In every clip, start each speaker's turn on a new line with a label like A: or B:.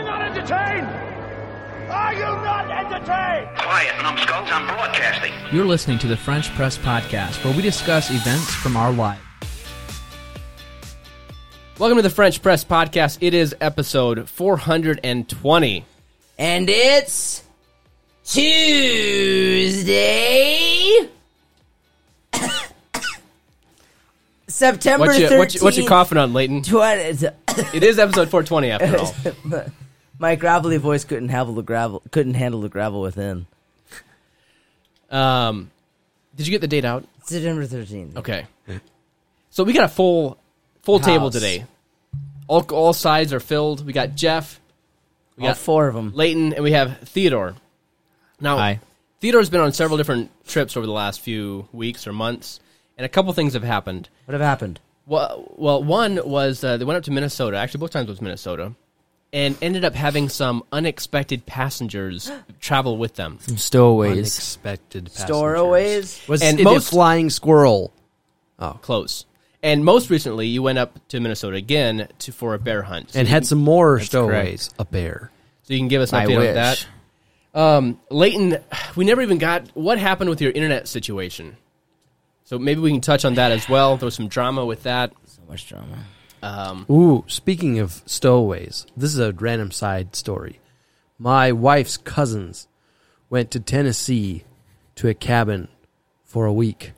A: entertained? Are you not entertained?
B: Quiet, numbskulls, I'm broadcasting.
C: You're listening to the French Press Podcast, where we discuss events from our life.
D: Welcome to the French Press Podcast. It is episode 420.
E: And it's Tuesday, September
D: What you, what, you, what you
E: 13th,
D: coughing on, Leighton?
E: 20
D: It is episode 420 after all.
E: My gravelly voice couldn't handle the gravel. Couldn't handle the gravel within.
D: Um, did you get the date out?
E: September thirteenth.
D: Okay. So we got a full full table
E: House.
D: today. All, all sides are filled. We got Jeff, we
E: All
D: got
E: four of them.
D: Leighton, and we have Theodore. Now,
C: Hi.
D: Theodore's been on several different trips over the last few weeks or months, and a couple things have happened.
E: What have happened?
D: Well, well, one was uh, they went up to Minnesota. Actually, both times was Minnesota, and ended up having some unexpected passengers travel with them.
F: Stowaways.
C: Unexpected
E: Storaways.
F: Was
D: And
F: it
D: most-
F: a flying squirrel?
D: Close. And most recently, you went up to Minnesota again to, for a bear hunt.
F: And had some more stowaways. A bear.
D: so you can give us an
F: I
D: update
F: wish.
D: on that. Um, Leighton, we never even got what happened with your internet situation. So maybe we can touch on that as well. There was some drama with that.
E: So much drama.
F: Ooh, speaking of stowaways, this is a random side story. My wife's cousins went to Tennessee to a cabin for a week,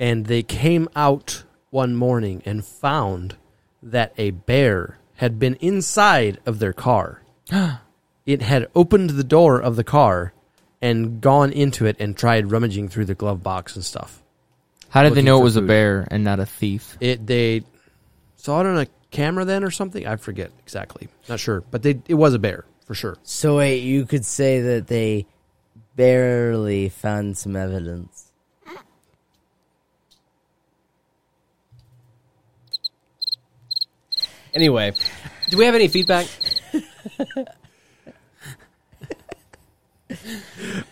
F: and they came out one morning and found that a bear had been inside of their car. it had opened the door of the car and gone into it and tried rummaging through the glove box and stuff.
G: How did they
F: looking
G: know
F: for
G: it was
F: food.
G: a bear and not a thief?
F: it they saw it on a camera then or something i forget exactly not sure but they it was a bear for sure
E: So wait, you could say that they barely found some evidence.
D: Anyway, do we have any feedback?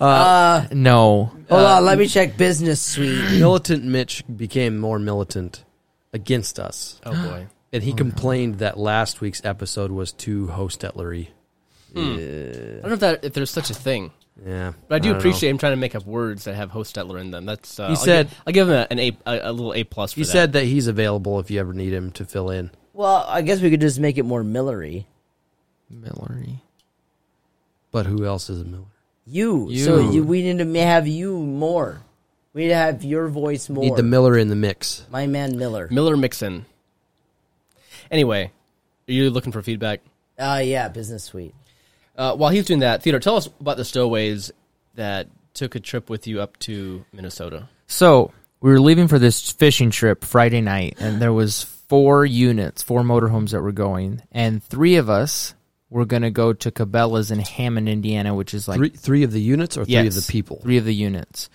G: No.
E: Hold on, let me check business suite.
F: militant mitch became more militant against us
D: Oh boy.
F: and he complained that last week's episode was too hostetlery
D: I don't know if, that, if there's such a thing,
F: yeah
D: but I do
F: don't know.
D: appreciate him trying to make up words that have hostetler in them. That's uh,
F: He
D: I'll
F: said-
D: give, I'll give him a, an a, a, a little A plus. For
F: he
D: that.
F: said that he's available if you ever need him to fill in
E: Well, I guess we could just make it more Millery.
G: Millery.
F: but who else is a miller
E: You.
G: You.
E: So you, we need to ma- have you more. We need to have your voice more.
F: need the miller in the mix
E: My man Miller.
D: Miller Mixon. Anyway, are you looking for feedback?
E: Uh, yeah, business suite.
D: Uh, while he's doing that, Theodore, tell us about the stowaways that took a trip with you up to Minnesota.
G: So we were leaving for this fishing trip Friday night, and there was four units, four motorhomes that were going, and three of us were gonna go to Cabela's in Hammond, Indiana, which is like
F: three three of the units or three
G: yes,
F: of the people
G: three of the units.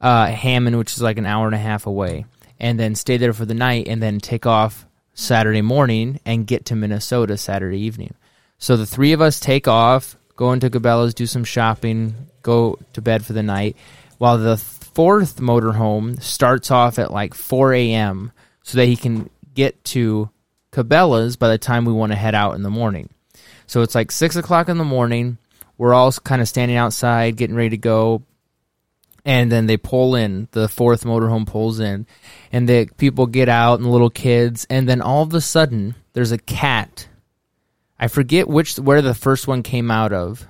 G: Uh, Hammond, which is like an hour and a half away, and then stay there for the night, and then take off Saturday morning and get to Minnesota Saturday evening. So the three of us take off, go into Cabela's, do some shopping, go to bed for the night, while the th- fourth motorhome starts off at like 4 a.m. so that he can get to Cabela's by the time we want to head out in the morning. So it's like six o'clock in the morning. We're all kind of standing outside, getting ready to go. And then they pull in. The fourth motorhome pulls in, and the people get out and the little kids. And then all of a sudden, there's a cat. I forget which where the first one came out of.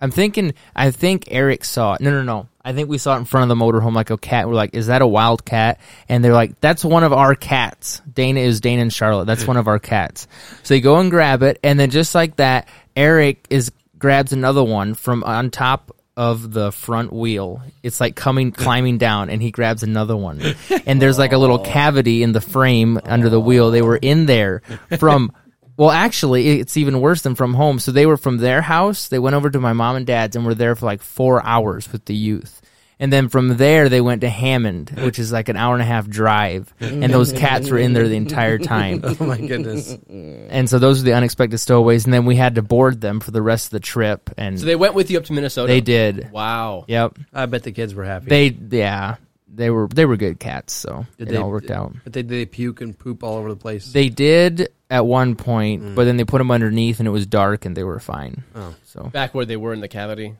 G: I'm thinking. I think Eric saw it. No, no, no. I think we saw it in front of the motorhome, like a cat. We're like, "Is that a wild cat?" And they're like, "That's one of our cats." Dana is Dana and Charlotte. That's one of our cats. So they go and grab it, and then just like that, Eric is grabs another one from on top of the front wheel. It's like coming climbing down, and he grabs another one. And there's like a little cavity in the frame under the wheel. They were in there from. Well, actually, it's even worse than from home. So they were from their house. They went over to my mom and dad's and were there for like four hours with the youth. And then from there, they went to Hammond, which is like an hour and a half drive. And those cats were in there the entire time.
F: oh my goodness
G: And so those are the unexpected stowaways. And then we had to board them for the rest of the trip. And
D: So they went with you up to Minnesota.
G: they did.
D: Wow.
G: Yep.
F: i bet the kids were happy
G: They, yeah, they were, they were good cats. So
F: Did
G: it
F: they-
G: all worked out.
F: but they, did they puke and poop all over the place
G: They did. at one point, but then they put them underneath and it was dark and they were fine. Oh. So
D: Back where they were in the cavity.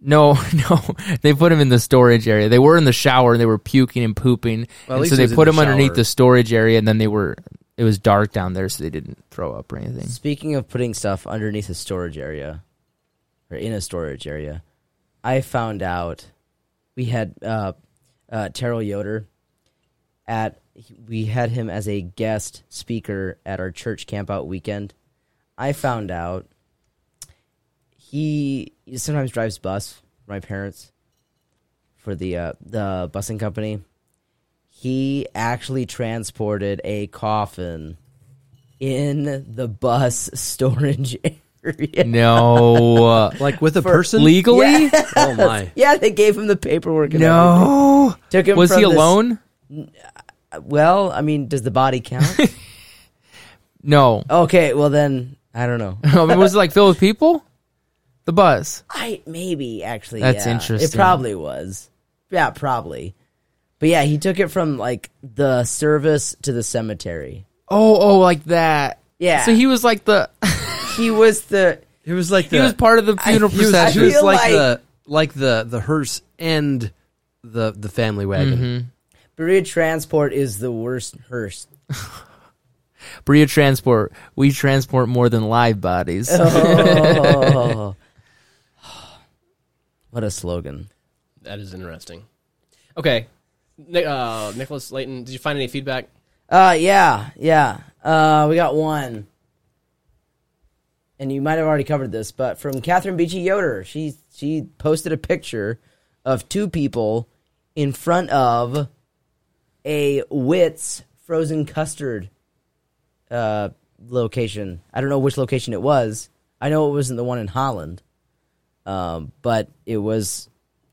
G: no, no, they put them in the storage area. They were in the shower and they were puking and pooping,
F: Well, at
G: and
F: least
G: so
F: it
G: they
F: was in
G: put
F: the
G: them underneath
F: shower.
G: the storage area and then they were. It was dark down there, so they didn't throw up or anything.
E: Speaking of putting stuff underneath a storage area, or in a storage area, I found out we had uh, uh, Terrell Yoder at. We had him as a guest speaker at our church campout weekend. I found out he sometimes drives bus. for My parents for the uh, the busing company. He actually transported a coffin in the bus storage area.
G: No,
F: Like with a person?
G: legally.
F: Oh my.
E: Yeah, they gave him the paperwork. And everything.
G: No,
E: took him.
G: was
E: from
G: he
E: this-
G: alone?
E: well, I mean, does the body count?
G: No,
E: okay, well then I don't know.
G: I mean, was it like filled with people? The bus.
E: I maybe actually.
G: That's
E: yeah.
G: interesting.
E: It probably was. Yeah, probably. But yeah, he took it from like the service to the cemetery.
G: Oh, oh, like that.
E: Yeah.
G: So he was like the
E: He was the
F: It was like the
G: he was part of the funeral
E: he was- I
G: procession.
F: It was
E: feel
F: like,
E: like-
F: the like the the hearse and the the family wagon.
G: Mm-hmm.
E: Berea Transport is the worst hearse.
G: Bria transport. We transport more than live bodies.
E: Uh-huh. Oh. what a slogan.
D: That is interesting. Okay. Ni- uh, Nicholas Layton, did you find any feedback?
E: Uh, yeah, yeah. Uh, we got one. And you might have already covered this, but from Catherine Beachy Yoder, she she posted a picture of two people in front of a Wits frozen custard uh, location. I don't know which location it was. I know it wasn't the one in Holland, um, but it was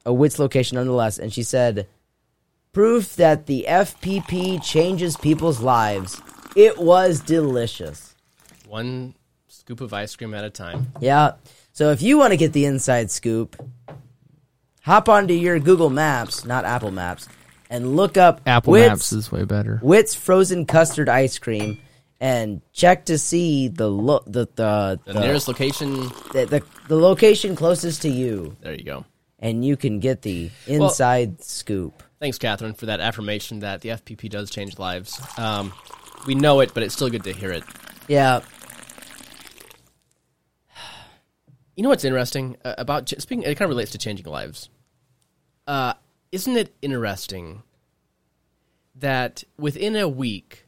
E: a Wits location nonetheless. And she said proof that the FPP changes people's lives. It was delicious.
D: One scoop of ice cream at a time.
E: Yeah. So if you want to get the inside scoop, hop onto your Google Maps, not Apple Maps, and look up
G: Apple
E: Witt's,
G: Maps is way better.
E: Witt's frozen custard ice cream and check to see the lo- the the
D: The
E: the,
D: nearest location.
E: the, the the location closest to you
D: There you go.
E: and you can get the inside scoop.
D: Thanks, Catherine, for that affirmation that the FPP does change lives. Um, we know it, but it's still good to hear it.
E: Yeah.
D: You know what's interesting uh, about ch- speaking? It kind of relates to changing lives. Uh, isn't it interesting that within a week,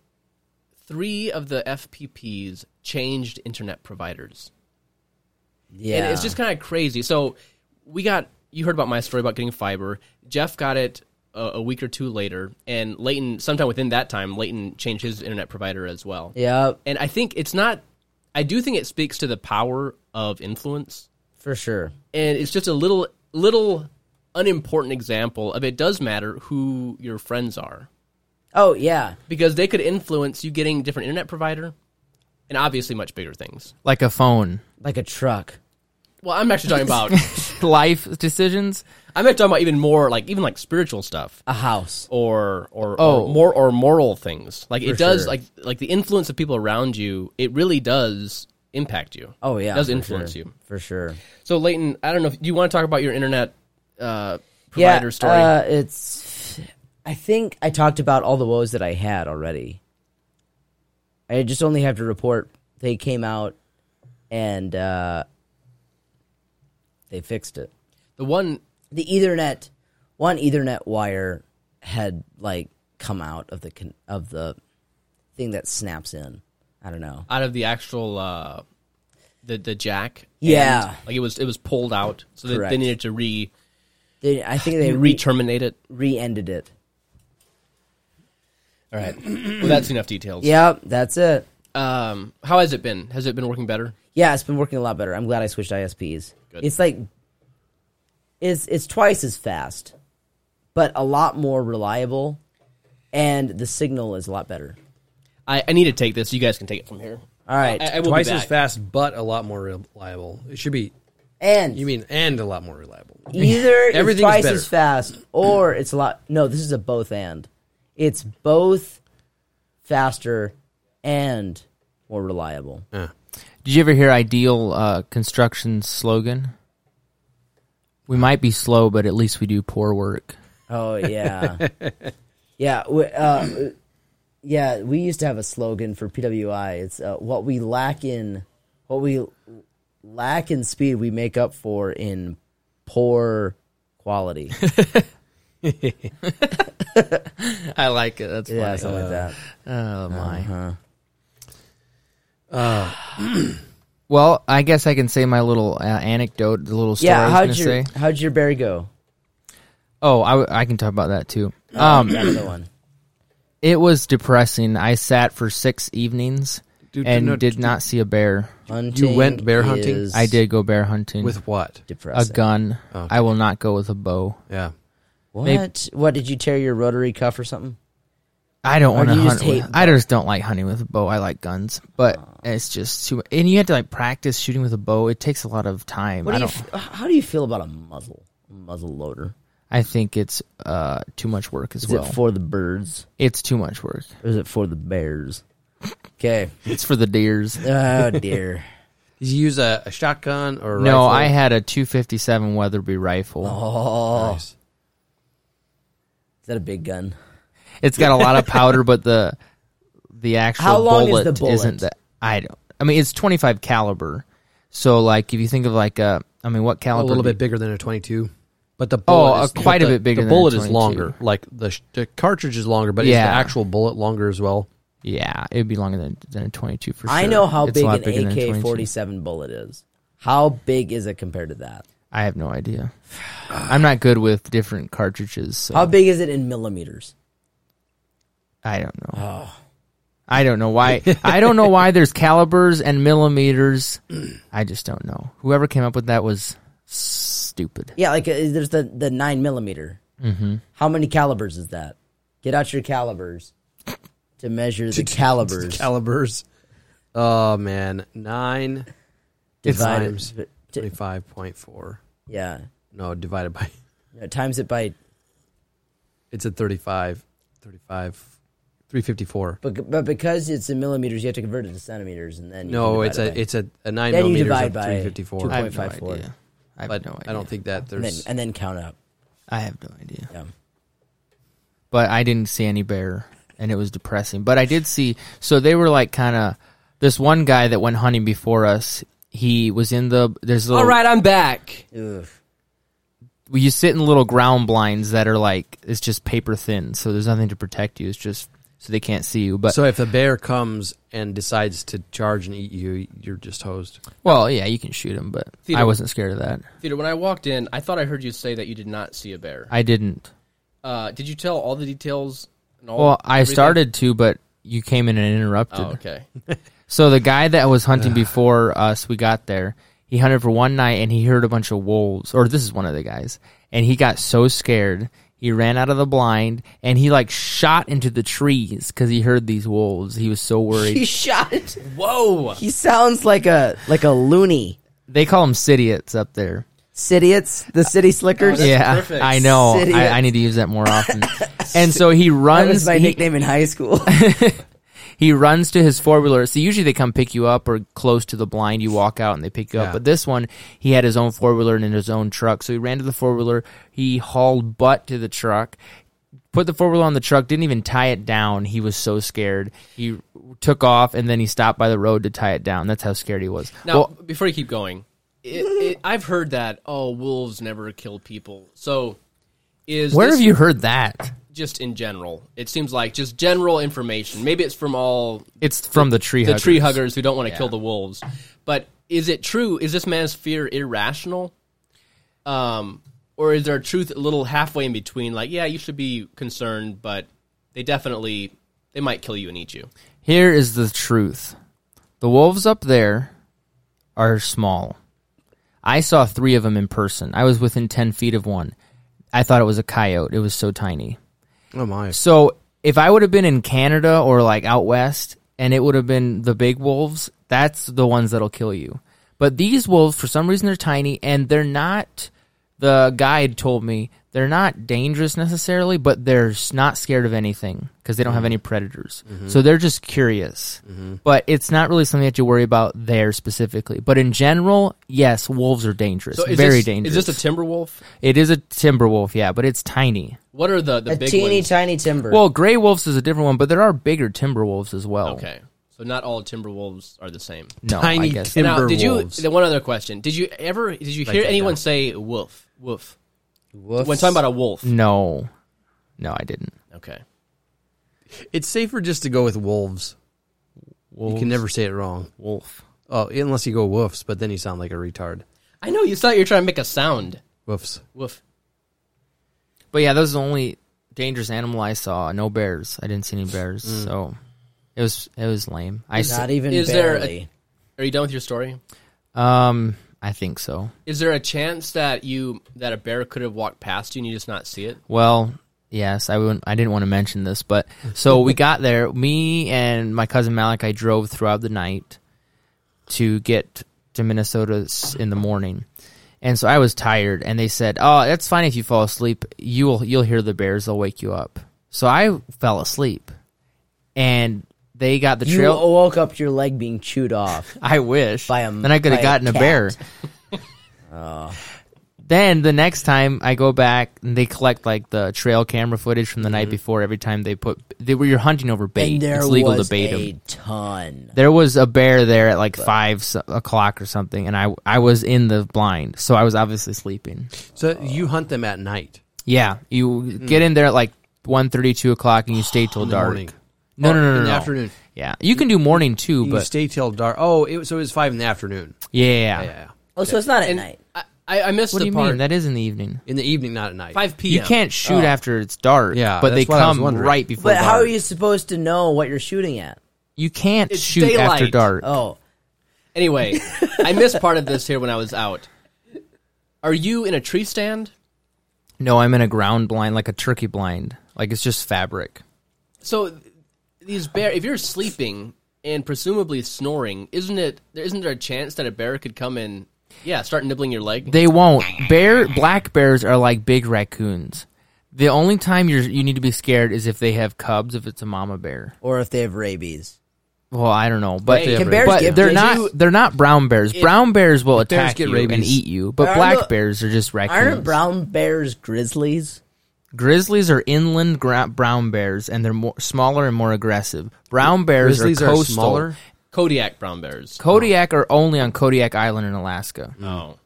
D: three of the FPPs changed internet providers?
E: Yeah.
D: And it's just kind of crazy. So we got you heard about my story about getting fiber. Jeff got it a, a week or two later, and Leighton sometime within that time, Leighton changed his internet provider as well.
E: Yeah,
D: And I think it's not. I do think it speaks to the power of influence,
E: for sure.
D: and it's just a little little unimportant example of it does matter who your friends are
E: Oh, yeah.
D: because they could influence you getting a different internet provider and obviously much bigger things.
G: Like a phone.
E: Like a truck.
D: Well, I'm actually talking about
G: Life decisions.
D: I'm not talking about even more like even like spiritual stuff
E: A house.
D: or or,
G: Oh.
D: or more or moral things. Like it does
E: sure.
D: like like the influence of people around you. It really does impact you.
E: Oh yeah,
D: it does
E: for
D: influence
E: sure.
D: you.
E: for sure.
D: So Leighton, I don't know. if Do you want to talk about your internet uh, provider story?
E: Uh, it's. I think I talked about all the woes that I had already. I just only have to report they came out, and uh, they fixed it.
D: the one
E: The Ethernet, one Ethernet wire had like come out of the con- of the thing that snaps in. I don't know.
D: out of the actual uh, the the jack. and,
E: Yeah.
D: like it was it was pulled out, so they,
E: Correct.
D: they needed to re
E: They, I think they re
D: re-terminate it.
E: re ended it.
D: All right, well, that's enough details.
E: Yep, that's it.
D: Um, how has it been? Has it been working better?
E: Yeah, it's been working a lot better. I'm glad I switched ISPs.
D: Good.
E: It's like it's it's twice as fast, but a lot more reliable, and the signal is a lot better.
D: I, I need to take this. You guys can take it from here.
E: All right,
D: I, I will
F: Twice
D: be back.
F: as fast but a lot more reliable. It should be
E: and
F: you mean and a lot more reliable.
E: either it's
F: Everything's
E: twice
F: better.
E: as fast or it's a lot. No, this is a both and. It's both faster and more reliable.
G: Did you ever hear Ideal uh, Construction's slogan? We might be slow, but at least we do poor work.
E: Oh yeah, yeah, we, uh, yeah. We used to have a slogan for PWI. It's uh, what we lack in what we lack in speed, we make up for in poor quality.
G: I like it. That's
E: yeah, something like that. Uh-huh.
G: Oh my. well, I guess I can say my little uh, anecdote, the little story
E: Yeah,
G: I
E: how'd
G: was
E: your
G: going to say.
E: how'd your bear go?
G: Oh, I, w- I can talk about that too.
E: Uh-huh.
G: Um,
E: Another one.
G: It was depressing. I sat for six evenings
F: Dude,
G: and
F: no,
G: did
F: dude.
G: not see a bear.
E: Hunting
F: went bear hunting?
E: is
G: I did go bear hunting
F: With what?
G: a
E: Depressing.
G: gun.
F: Oh,
G: I will not go with a bow.
F: Yeah.
E: What?
G: Maybe-
E: What did you tear your rotary cuff or something?
G: I don't want to
E: do you
G: hunt.
E: just
G: With,
E: hate Oh.
G: I just don't like hunting with a bow. I like guns, but it's just too. And you have to like practice shooting with a bow. It takes a lot of time.
E: What
G: I
E: do you,
G: don't.
E: f- how do you feel about a muzzle muzzle loader?
G: I think it's uh too much work as
E: Is
G: well.
E: it for the birds
G: it's too much work.
E: or is it for the bears? Okay.
G: It's for the deers.
E: Oh dear.
F: Did you use a, a shotgun or a
G: No,
F: rifle?
G: I had a 257 Weatherby rifle.
E: Oh.
F: Nice.
E: Is that a big gun?
G: It's got a lot of powder, but the the actual
E: How long is
G: bullet,
E: the bullet?
G: isn't that. I don't. I mean, it's 25 caliber. So like, if you think of like a, I mean, what
F: A
G: caliber?
F: little
G: do-
F: bit bigger than a 22. But the bullet
G: uh,
F: is,
G: quite a
F: but the-
G: bit bigger
F: The
G: than a
F: bullet is
G: 22.
F: longer. Like the, sh- the cartridge is longer, but is
G: Yeah.
F: the actual bullet longer as well?
G: Yeah, it'd be longer than, than a 22 for sure.
E: I know how
G: It's a
E: big
G: lot
E: an
G: bigger than a
E: AK
G: 22.
E: forty seven bullet is. How big is it compared to that?
G: I have no idea. I'm not good with different cartridges, so
E: How big is it in millimeters?
G: I don't know.
F: Oh.
G: I don't know why. I don't know why there's calibers and millimeters. I just don't know. Whoever came up with that was stupid.
E: Yeah, like uh, there's the the nine millimeter. Mm-hmm. How many calibers is that? Get out your calibers to measure the calibers.
F: Calibers. Oh, man. Nine
E: Divided-
F: times
E: but-
F: 25.4.
E: yeah,
F: No, divided by.
E: No, times it by.
F: It's at 35. 35. 354.
E: But, but because it's in millimeters, you have to convert it to centimeters, and then you
F: No,
E: can
F: it's a
E: divide
F: it's a, a nine
E: Then you
F: millimeters
E: divide
F: of
E: by
F: 354.
E: two
G: I have no
E: 0.54.
G: idea. I have
F: but
G: no idea.
F: I don't think that
E: by, and then,
F: there's
E: and then count up.
G: I have no idea.
E: Yeah.
G: But I didn't see any bear, and it was depressing. But I did see. So they were like kind of this one guy that went hunting before us. He was in the there's a little
D: All right, I'm back.
E: Ugh.
G: well, you sit in little ground blinds that are like it's just paper thin, so there's nothing to protect you. It's just so they can't see you. But
F: So if a bear comes and decides to charge and eat you, you're just hosed.
G: well, yeah, you can shoot him, but
D: Theodore-
G: I wasn't scared of that.
D: Theater, when I walked in, I thought I heard you say that you did not see a bear.
G: I didn't.
D: Uh, did you tell all the details? And all
G: Well, I
D: everything?
G: started to, but you came in and interrupted.
D: Oh, okay.
G: So the guy that was hunting before us, we got there. He hunted for one night and he heard a bunch of wolves, or this is one of the guys, and he got so scared he ran out of the blind and he like shot into the trees because he heard these wolves. He was so worried.
E: He shot.
D: Whoa!
E: He sounds like a like a loony.
G: they call them idiots up there.
E: Cityots, the city slickers.
G: yeah,
D: perfect.
G: I know.
E: City-
G: I, I need to use that more often. and so he
E: that
G: runs.
E: was my
G: he,
E: nickname in high school.
G: he runs to his four wheeler. So usually they come pick you up or close to the blind. You walk out and they pick you up.
F: Yeah.
G: But this one, he had his own four wheeler and in his own truck. So he ran to the four wheeler. He hauled butt to the truck. Put the four wheeler on the truck. Didn't even tie it down. He was so scared. He took off and then he stopped by the road to tie it down. That's how scared he was.
D: Now,
G: Well,
D: before you keep going, it, it, I've heard that oh, wolves never kill people. So, is
G: where
D: this
G: have you heard that?
D: just in general? It seems like just general information. Maybe it's from all
G: It's from the tree.
D: the
G: huggers.
D: tree huggers who don't want to kill the wolves. But is it true? Is this man's fear irrational? Um, or is there truth a little halfway in between? Like, yeah, you should be concerned, but they definitely they might kill you and eat you.
G: Here is the truth. The wolves up there are small. I saw three of them in person. I was within 10 feet of one. I thought it was a coyote. It was so tiny.
F: Oh my!
G: So if I would have been in Canada or like out west and it would have been the big wolves, that's the ones that'll kill you. But these wolves, for some reason, they're tiny and they're not the guide told me they're not dangerous necessarily, but they're s- not scared of anything because they don't have any
D: Mm-hmm.
G: predators. So they're just curious. But it's not really something that you worry about there specifically. But in general, yes, wolves are dangerous.
D: So is
G: very
D: this,
G: dangerous.
D: Is this a timber wolf?
G: it is a timber wolf, yeah, but it's tiny.
D: What are the, the
E: a
D: big
E: teeny
D: ones?
E: tiny timber.
G: Well, gray wolves is a different one, but there are bigger timber wolves as well.
D: okay, so not all timber wolves are the same.
G: Oh. No, I
F: Tiny
G: guess.
F: tim-
D: now,
F: Timber
D: did
F: wolves.
D: you? the- One other question: Did you ever? Did you hear
F: that
D: anyone
F: down.
D: say wolf? Wolf.
E: Woofs.
D: When talking about a wolf.
G: Mm. no. No, I didn't.
D: Okay.
F: It's safer just to go with wolves. You can never say it wrong.
G: Wolf.
F: Oh, unless you go woofs, but then you sound like a retard.
D: I know you thought you were trying to make a sound.
F: Woofs.
D: Woof.
G: But yeah, those are the only dangerous animal I saw. No bears. I didn't see any bears, so it was it was lame. I s-
E: not even
D: Is there a-
E: barely.
D: Are you done with your story?
G: um I think so.
D: Is there a chance that you that a bear could have walked past you and you just not see it?
G: Well, yes, I wouldn't, I didn't want to mention this, but so we got there. Me and my cousin Malik, I drove throughout the night to get to Minnesota s- in the morning, and so I was tired. And they said, "Oh, that's fine if you fall asleep. You will you'll hear the bears. They'll wake you up." So I fell asleep, and they got the
E: you
G: trail.
E: woke up to your leg being chewed off.
G: I wish.
E: By a-
G: then I could
E: by
G: have
E: a
G: gotten a,
E: cat.
G: bear. Then the next time I go back, and they collect like the trail camera footage from the night before. Every time they put, they were you're hunting over bait.
E: and there
G: it's legal
E: was
G: to bait 'em.
E: a ton.
G: There was a bear there at like five so- o'clock or something, and I I was in the blind, so I was obviously sleeping.
F: So you hunt them at night.
G: Yeah, you get in there at like one thirty, two o'clock, and you stay till dark.
F: morning.
G: No,
F: Oh,
G: no, no, no,
F: in the
G: no.
F: afternoon.
G: Yeah, you can do morning too,
F: you
G: but
F: stay till dark. Oh, it, was- so it was five in the afternoon.
G: yeah.
F: Yeah,
E: Oh, so it's not at
D: And
E: night.
D: I, I, I missed
G: What
D: the
G: do you
D: part.
G: mean? That is in the evening.
F: in the evening, not at night.
D: Five p.m.
G: You can't shoot after it's dark.
F: Oh. Yeah,
G: but they
F: that's what I was
G: come
F: wondering.
G: right before.
E: But how
G: dark.
E: are you supposed to know what you're shooting at?
G: You can't
D: It's
G: shoot
D: daylight.
G: after dark.
E: Oh,
D: Anyway, I missed part of this here when I was out. Are you in a tree stand?
G: No, I'm in a ground blind, like a turkey blind. Like it's just fabric.
D: So th- these bear, if you're sleeping and presumably snoring, isn't it? There isn't there a chance that a bear could come and yeah, start nibbling your leg?
G: They won't. Bear black bears are like big raccoons. The only time you you need to be scared is if they have cubs, if it's a mama bear.
E: or if they have rabies.
G: Well, I don't know, but
D: Hey,
E: Can bears
G: but
E: get
G: they're
E: rabies?
G: not they're not brown bears. brown bears will
F: bears
G: attack
F: get
G: you and
F: rabies-
G: eat you, but
E: Aren't
G: black
E: the-
G: bears are just raccoons.
E: Aren't brown bears grizzlies?
G: Grizzlies are inland gra- brown bears, and they're more smaller and more aggressive. Brown bears
F: Grizzlies
G: are
F: are
G: coastal.
F: smaller?
D: Kodiak brown bears.
G: Kodiak are only on Kodiak Island in Alaska.
D: Oh,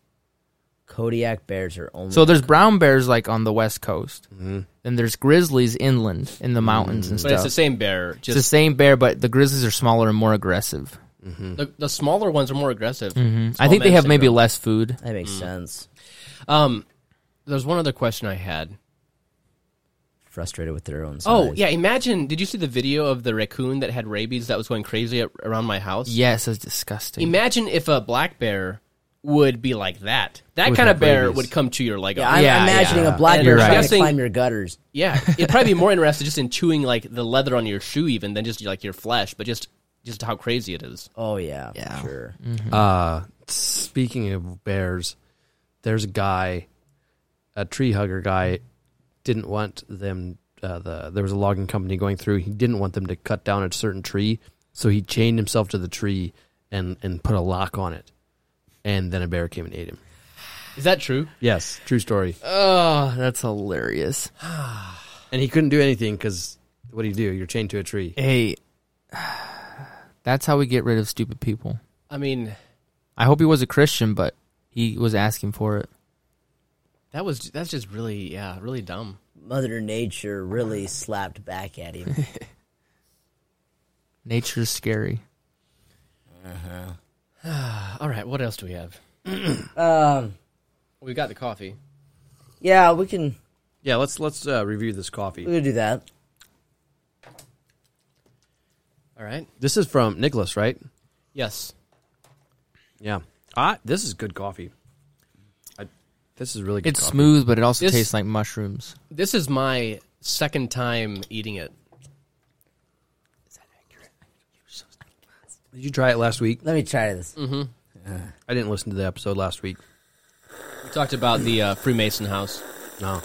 E: Kodiak bears are only.
G: So there's brown bears like on the west coast. mm Then there's grizzlies inland in the mountains and
D: Mm-hmm. but
G: stuff.
D: it's the same bear.
G: It's the
D: Just
G: same bear, but the grizzlies are smaller and more aggressive.
D: the, the smaller ones are more aggressive.
G: Mm-hmm. I
D: Small
G: think they
D: man
G: have maybe
D: syndrome.
G: less food.
E: that makes sense.
D: Um, there's one other question I had.
E: Frustrated with their own. Size.
D: Oh yeah, imagine. Did you see the video of the raccoon that had rabies that was going crazy a- around my house?
G: Yes, it's disgusting.
D: Imagine if a black bear would be like that. That
F: Would
D: kind of
F: have
D: bear
F: rabies.
D: would come chew your leg
E: Yeah,
D: off.
E: I'm
G: Yeah,
E: imagining
G: yeah.
E: a black
D: And
E: bear
D: you're
E: trying
D: guessing-
E: to climb your gutters.
D: Yeah, it'd probably be more interested just in chewing like the leather on your shoe, even than just like your flesh, but just just how crazy it is.
E: Oh yeah, yeah. sure.
F: Uh, speaking of bears, there's a guy, a tree hugger guy, didn't want them. Uh, the there was a logging company going through. He didn't want them to cut down a certain tree, so he chained himself to the tree and and put a lock on it, and then a bear came and ate him.
D: Is that true?
F: Yes, true story.
G: oh, that's hilarious.
F: And he couldn't do anything because what do you do? You're chained to a tree.
G: Hey, that's how we get rid of stupid people.
D: I mean,
G: I hope he was a Christian, but he was asking for it.
D: that was that's just really yeah, really dumb.
E: Mother Nature really slapped back at him.
G: Nature's scary.
D: All right, what else do we have?
E: um,
D: We got the coffee.
E: yeah, we can
F: Yeah, let's let's uh, review this
E: we
F: coffee.
E: can do that.
D: All right.
F: This is from Nicholas, right?
D: Yes.
F: Yeah. Ah, this is good coffee. I, this is really good.
G: It's
F: coffee.
G: smooth, but it also
D: This-
G: tastes like mushrooms.
D: This is my second time eating it.
F: Did you try it last week?
E: Let me try this.
F: I didn't listen to the episode last week.
D: We talked about the uh, Freemason house.
F: No.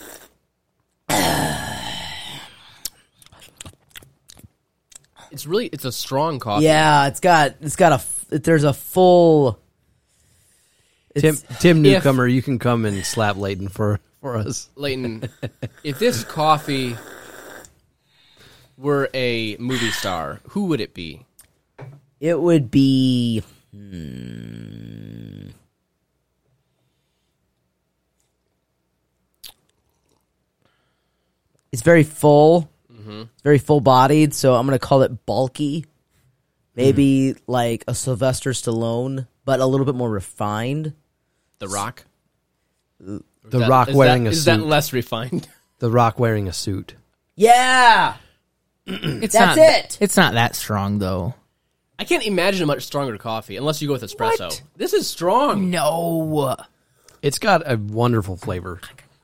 D: It's really it's a strong coffee.
E: Yeah, it's got it's got a f- there's a full.
F: Tim,
E: It's,
F: Tim Newcomer, you can come and slap Leighton for, for us.
D: Layton, if this coffee were a movie star, who would it be?
E: it would be hmm. It's very full. It's very full bodied, so I'm gonna call it bulky. Maybe like a Sylvester Stallone, but a little bit more refined.
D: The Rock.
F: The
D: That-
F: Rock
D: is
F: wearing
D: that,
F: a
D: is
F: suit.
D: that less refined?
F: the Rock wearing a suit.
E: Yeah.
G: It's
E: That's
G: not,
E: it.
G: It's not that strong though.
D: I can't imagine a much stronger coffee unless you go with espresso. This is strong.
G: No,
F: It's got a wonderful flavor.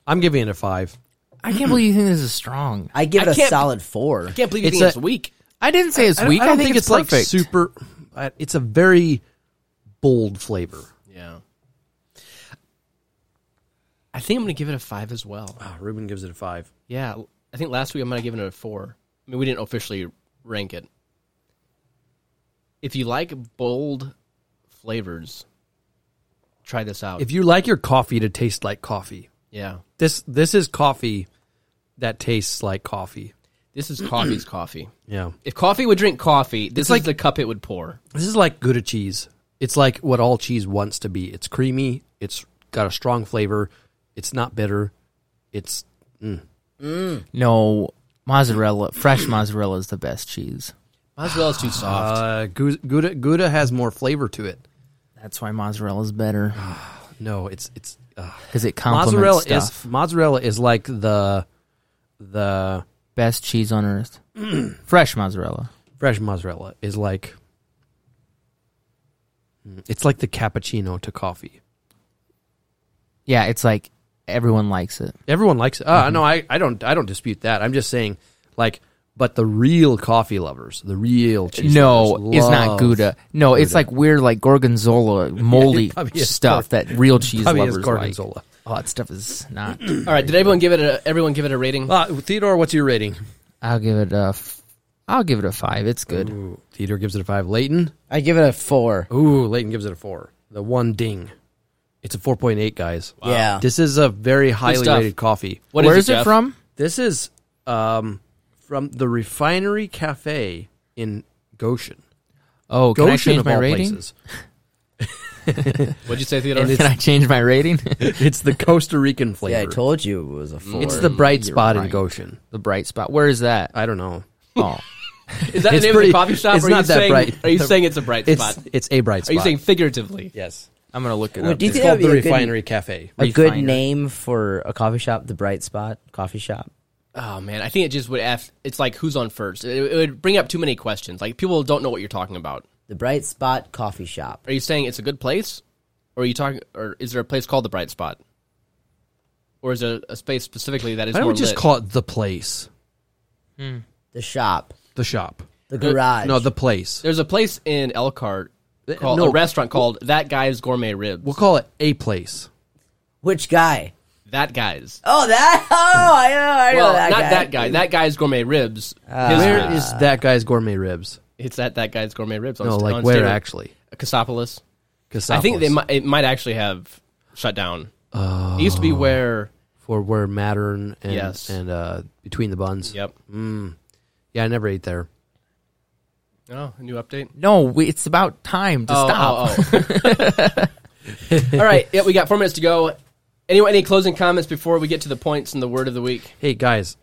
F: I'm giving it a five.
G: I can't believe you think this is strong.
E: I give
D: I
E: it a
D: can't-
E: solid four.
D: I can't believe you
F: It's
D: think
F: a-
D: it's weak.
G: I didn't say it's
F: I don't-
G: weak.
F: I
G: I,
F: don't
G: think, it's,
F: like
G: perfect.
F: super. I- It's a very bold flavor.
D: Yeah. I think I'm going to give it a five as well.
F: Ah, Ruben gives it a five.
D: Yeah, I think last week I might have given it a four. I mean, we didn't officially rank it. If you like bold flavors, try this out.
F: If you like your coffee to taste like coffee,
D: yeah,
F: this this is coffee that tastes like coffee.
D: this is coffee's coffee.
F: Yeah,
D: If coffee would drink coffee, this is
F: like-
D: the cup it would pour.
F: this is like Gouda cheese. It's like what all cheese wants to be. It's creamy. It's got a strong flavor. It's not bitter. It's
G: No, mozzarella, fresh mozzarella is the best cheese.
D: Mozzarella is too soft.
F: uh, Gou- Gouda. Gouda has more flavor to it.
G: That's why mozzarella is better
F: No, it's it's uh,
G: because it complements
F: mozzarella
G: stuff.
F: is mozzarella is like the the
G: best cheese on earth. fresh mozzarella.
F: fresh mozzarella is like mm, it's like the cappuccino to coffee.
G: Yeah, it's like everyone likes it.
F: Everyone likes it. Uh, No, I, I don't. I don't dispute that. I'm just saying, like, but the real coffee lovers, the real cheese.
G: no,
F: lovers
G: it's not
F: love-
G: Gouda. No, it's like weird, like gorgonzola, moldy
F: probably is
G: stuff
F: gor-
G: that real cheese
F: probably is
G: lovers
F: gorgonzola.
G: like. Oh, that stuff is not.
D: All right, did everyone give it a everyone give it a rating?
F: Uh, Theodore, what's your rating?
G: I'll give it a. F- I'll give it a five. It's good.
F: Theodore gives it a five. Leighton.
E: I give it a four.
F: Ooh, Leighton gives it a four. The one ding. It's a four point eight, guys.
E: Yeah.
F: This is a very highly
D: stuff.
F: rated coffee.
D: What
G: Where
D: is
G: is it
D: Jeff?
G: from?
F: This is um, from the Refinery Cafe in Goshen.
G: Oh, can
F: Goshen
G: I change
F: of
G: my
F: all
G: rating?
F: places.
D: What'd you say, Theodore?
G: Can I change my rating?
F: It's the Costa Rican flavor.
E: Yeah, I told you it was a four.
F: it's the bright
G: You're
F: spot in
G: right.
F: Goshen.
G: the bright spot. Where is that?
F: I don't know.
G: Oh,
D: Is that the
F: It's
D: name
F: pretty-
D: of the coffee shop?
F: it's
D: or are
F: not
D: you
F: that
D: saying,
F: bright.
D: Are you saying it's a bright
F: It's
D: spot?
F: it's a bright
D: Are
F: spot.
D: you saying figuratively?
F: yes?
G: I'm gonna look it
E: Well,
G: up.
E: do you
F: It's
E: think
F: called
E: that
F: the
E: would be a good-
F: Refinery Cafe.
E: a good
G: Refiner.
E: name for a coffee shop, the Bright Spot Coffee Shop.
D: Oh man, I think it just would. F, it's like who's on first. It, it would bring up too many questions. Like people don't know what you're talking about.
E: The Bright Spot Coffee Shop.
D: Are you saying it's a good place, or are you talking, or is there a place called the Bright Spot, or is there a space specifically that is
F: Why don't
D: more
F: we just
D: lit?
F: call it the place,
E: The shop.
F: the shop?
E: The garage.
F: No, the place.
D: There's a place in Elkhart called
F: no.
D: a restaurant called That Guy's Gourmet Ribs.
F: We'll call it a place.
E: Which guy?
D: that guy's.
E: Oh, that. Oh, I know. I know
D: Well,
E: that
D: not
E: guy.
D: that guy. That guy's Gourmet Ribs. His
F: Where is
D: ribs.
F: that guy's gourmet ribs?
D: it's at That Guy's Gourmet Ribs? On
F: No,
D: sta-
F: like
D: on
F: where
D: State Road.
F: actually?
D: Cassopolis. I think they
F: Cassopolis.
D: might. It might actually have shut down. it used to be where.
F: for where Mattern and
D: Yes.
F: and uh, between the buns.
D: Yep.
F: Yeah, I never ate there.
D: Oh, a new update.
G: no, we, it's about time
D: Oh,
G: to
F: Oh,
G: stop.
D: All right, yeah, we got four minutes to go. Anyone, any closing comments before we get to the points and the word of the week?
F: Hey guys,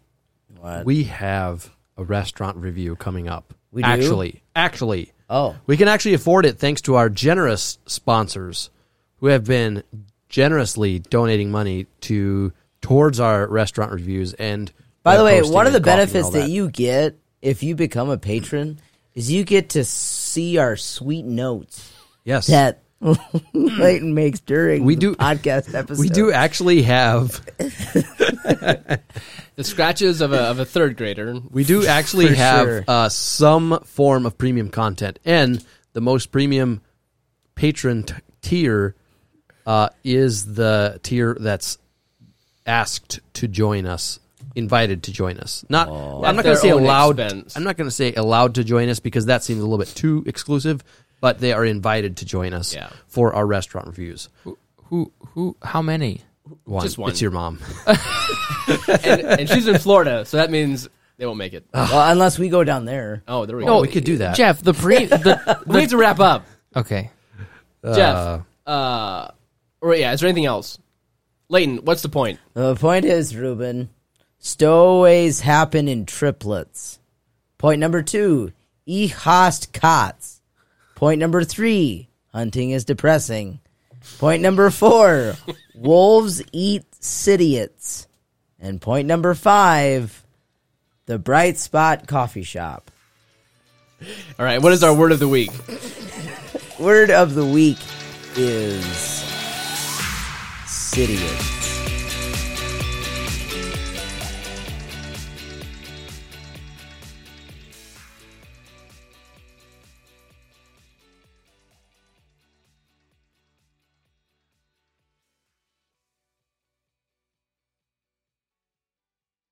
E: What?
F: we have a restaurant review coming up.
E: We do?
F: actually, actually,
E: Oh.
F: we can actually afford it thanks to our generous sponsors, who have been generously donating money to towards our restaurant reviews. And
E: By the way,
F: posting
E: one of the
F: and coffee and
E: benefits
F: all
E: that. you get if you become a patron is you get to see our sweet notes
F: yes
E: that Leighton makes during
F: We
E: the
F: do-
E: podcast episode.
F: we do actually have
D: The scratches of a, of a third grader.
F: We do actually
E: For
F: have
E: sure.
F: uh, some form of premium content, and the most premium patron t- tier uh, is the tier that's asked to join us, invited to join us. Not I'm
D: Oh. At
F: not going
D: their
F: to say
D: own
F: allowed.
D: expense.
F: I'm not going to say allowed to join us because that seems a little bit too exclusive. But they are invited to join us
D: Yeah.
F: for our restaurant reviews.
G: Who? Who? How many?
F: One,
D: Just one.
F: It's your mom.
D: and, and she's in Florida, so that means they won't make it.
E: Well, unless we go down there.
D: Oh, there we go.
F: Uh, we could do that.
G: Jeff, the pre. the,
D: we need to wrap up,
G: okay.
D: Jeff. Uh, or yeah, is there anything else? Leighton, what's the point?
E: The point is, Ruben, stowaways happen in triplets. Point number two, e hast cots. Point number three, hunting is depressing. Point number four, wolves eat citiots. And point number five, the Bright Spot Coffee Shop.
D: All right, what is our word of the week?
E: Word of the week is citiots.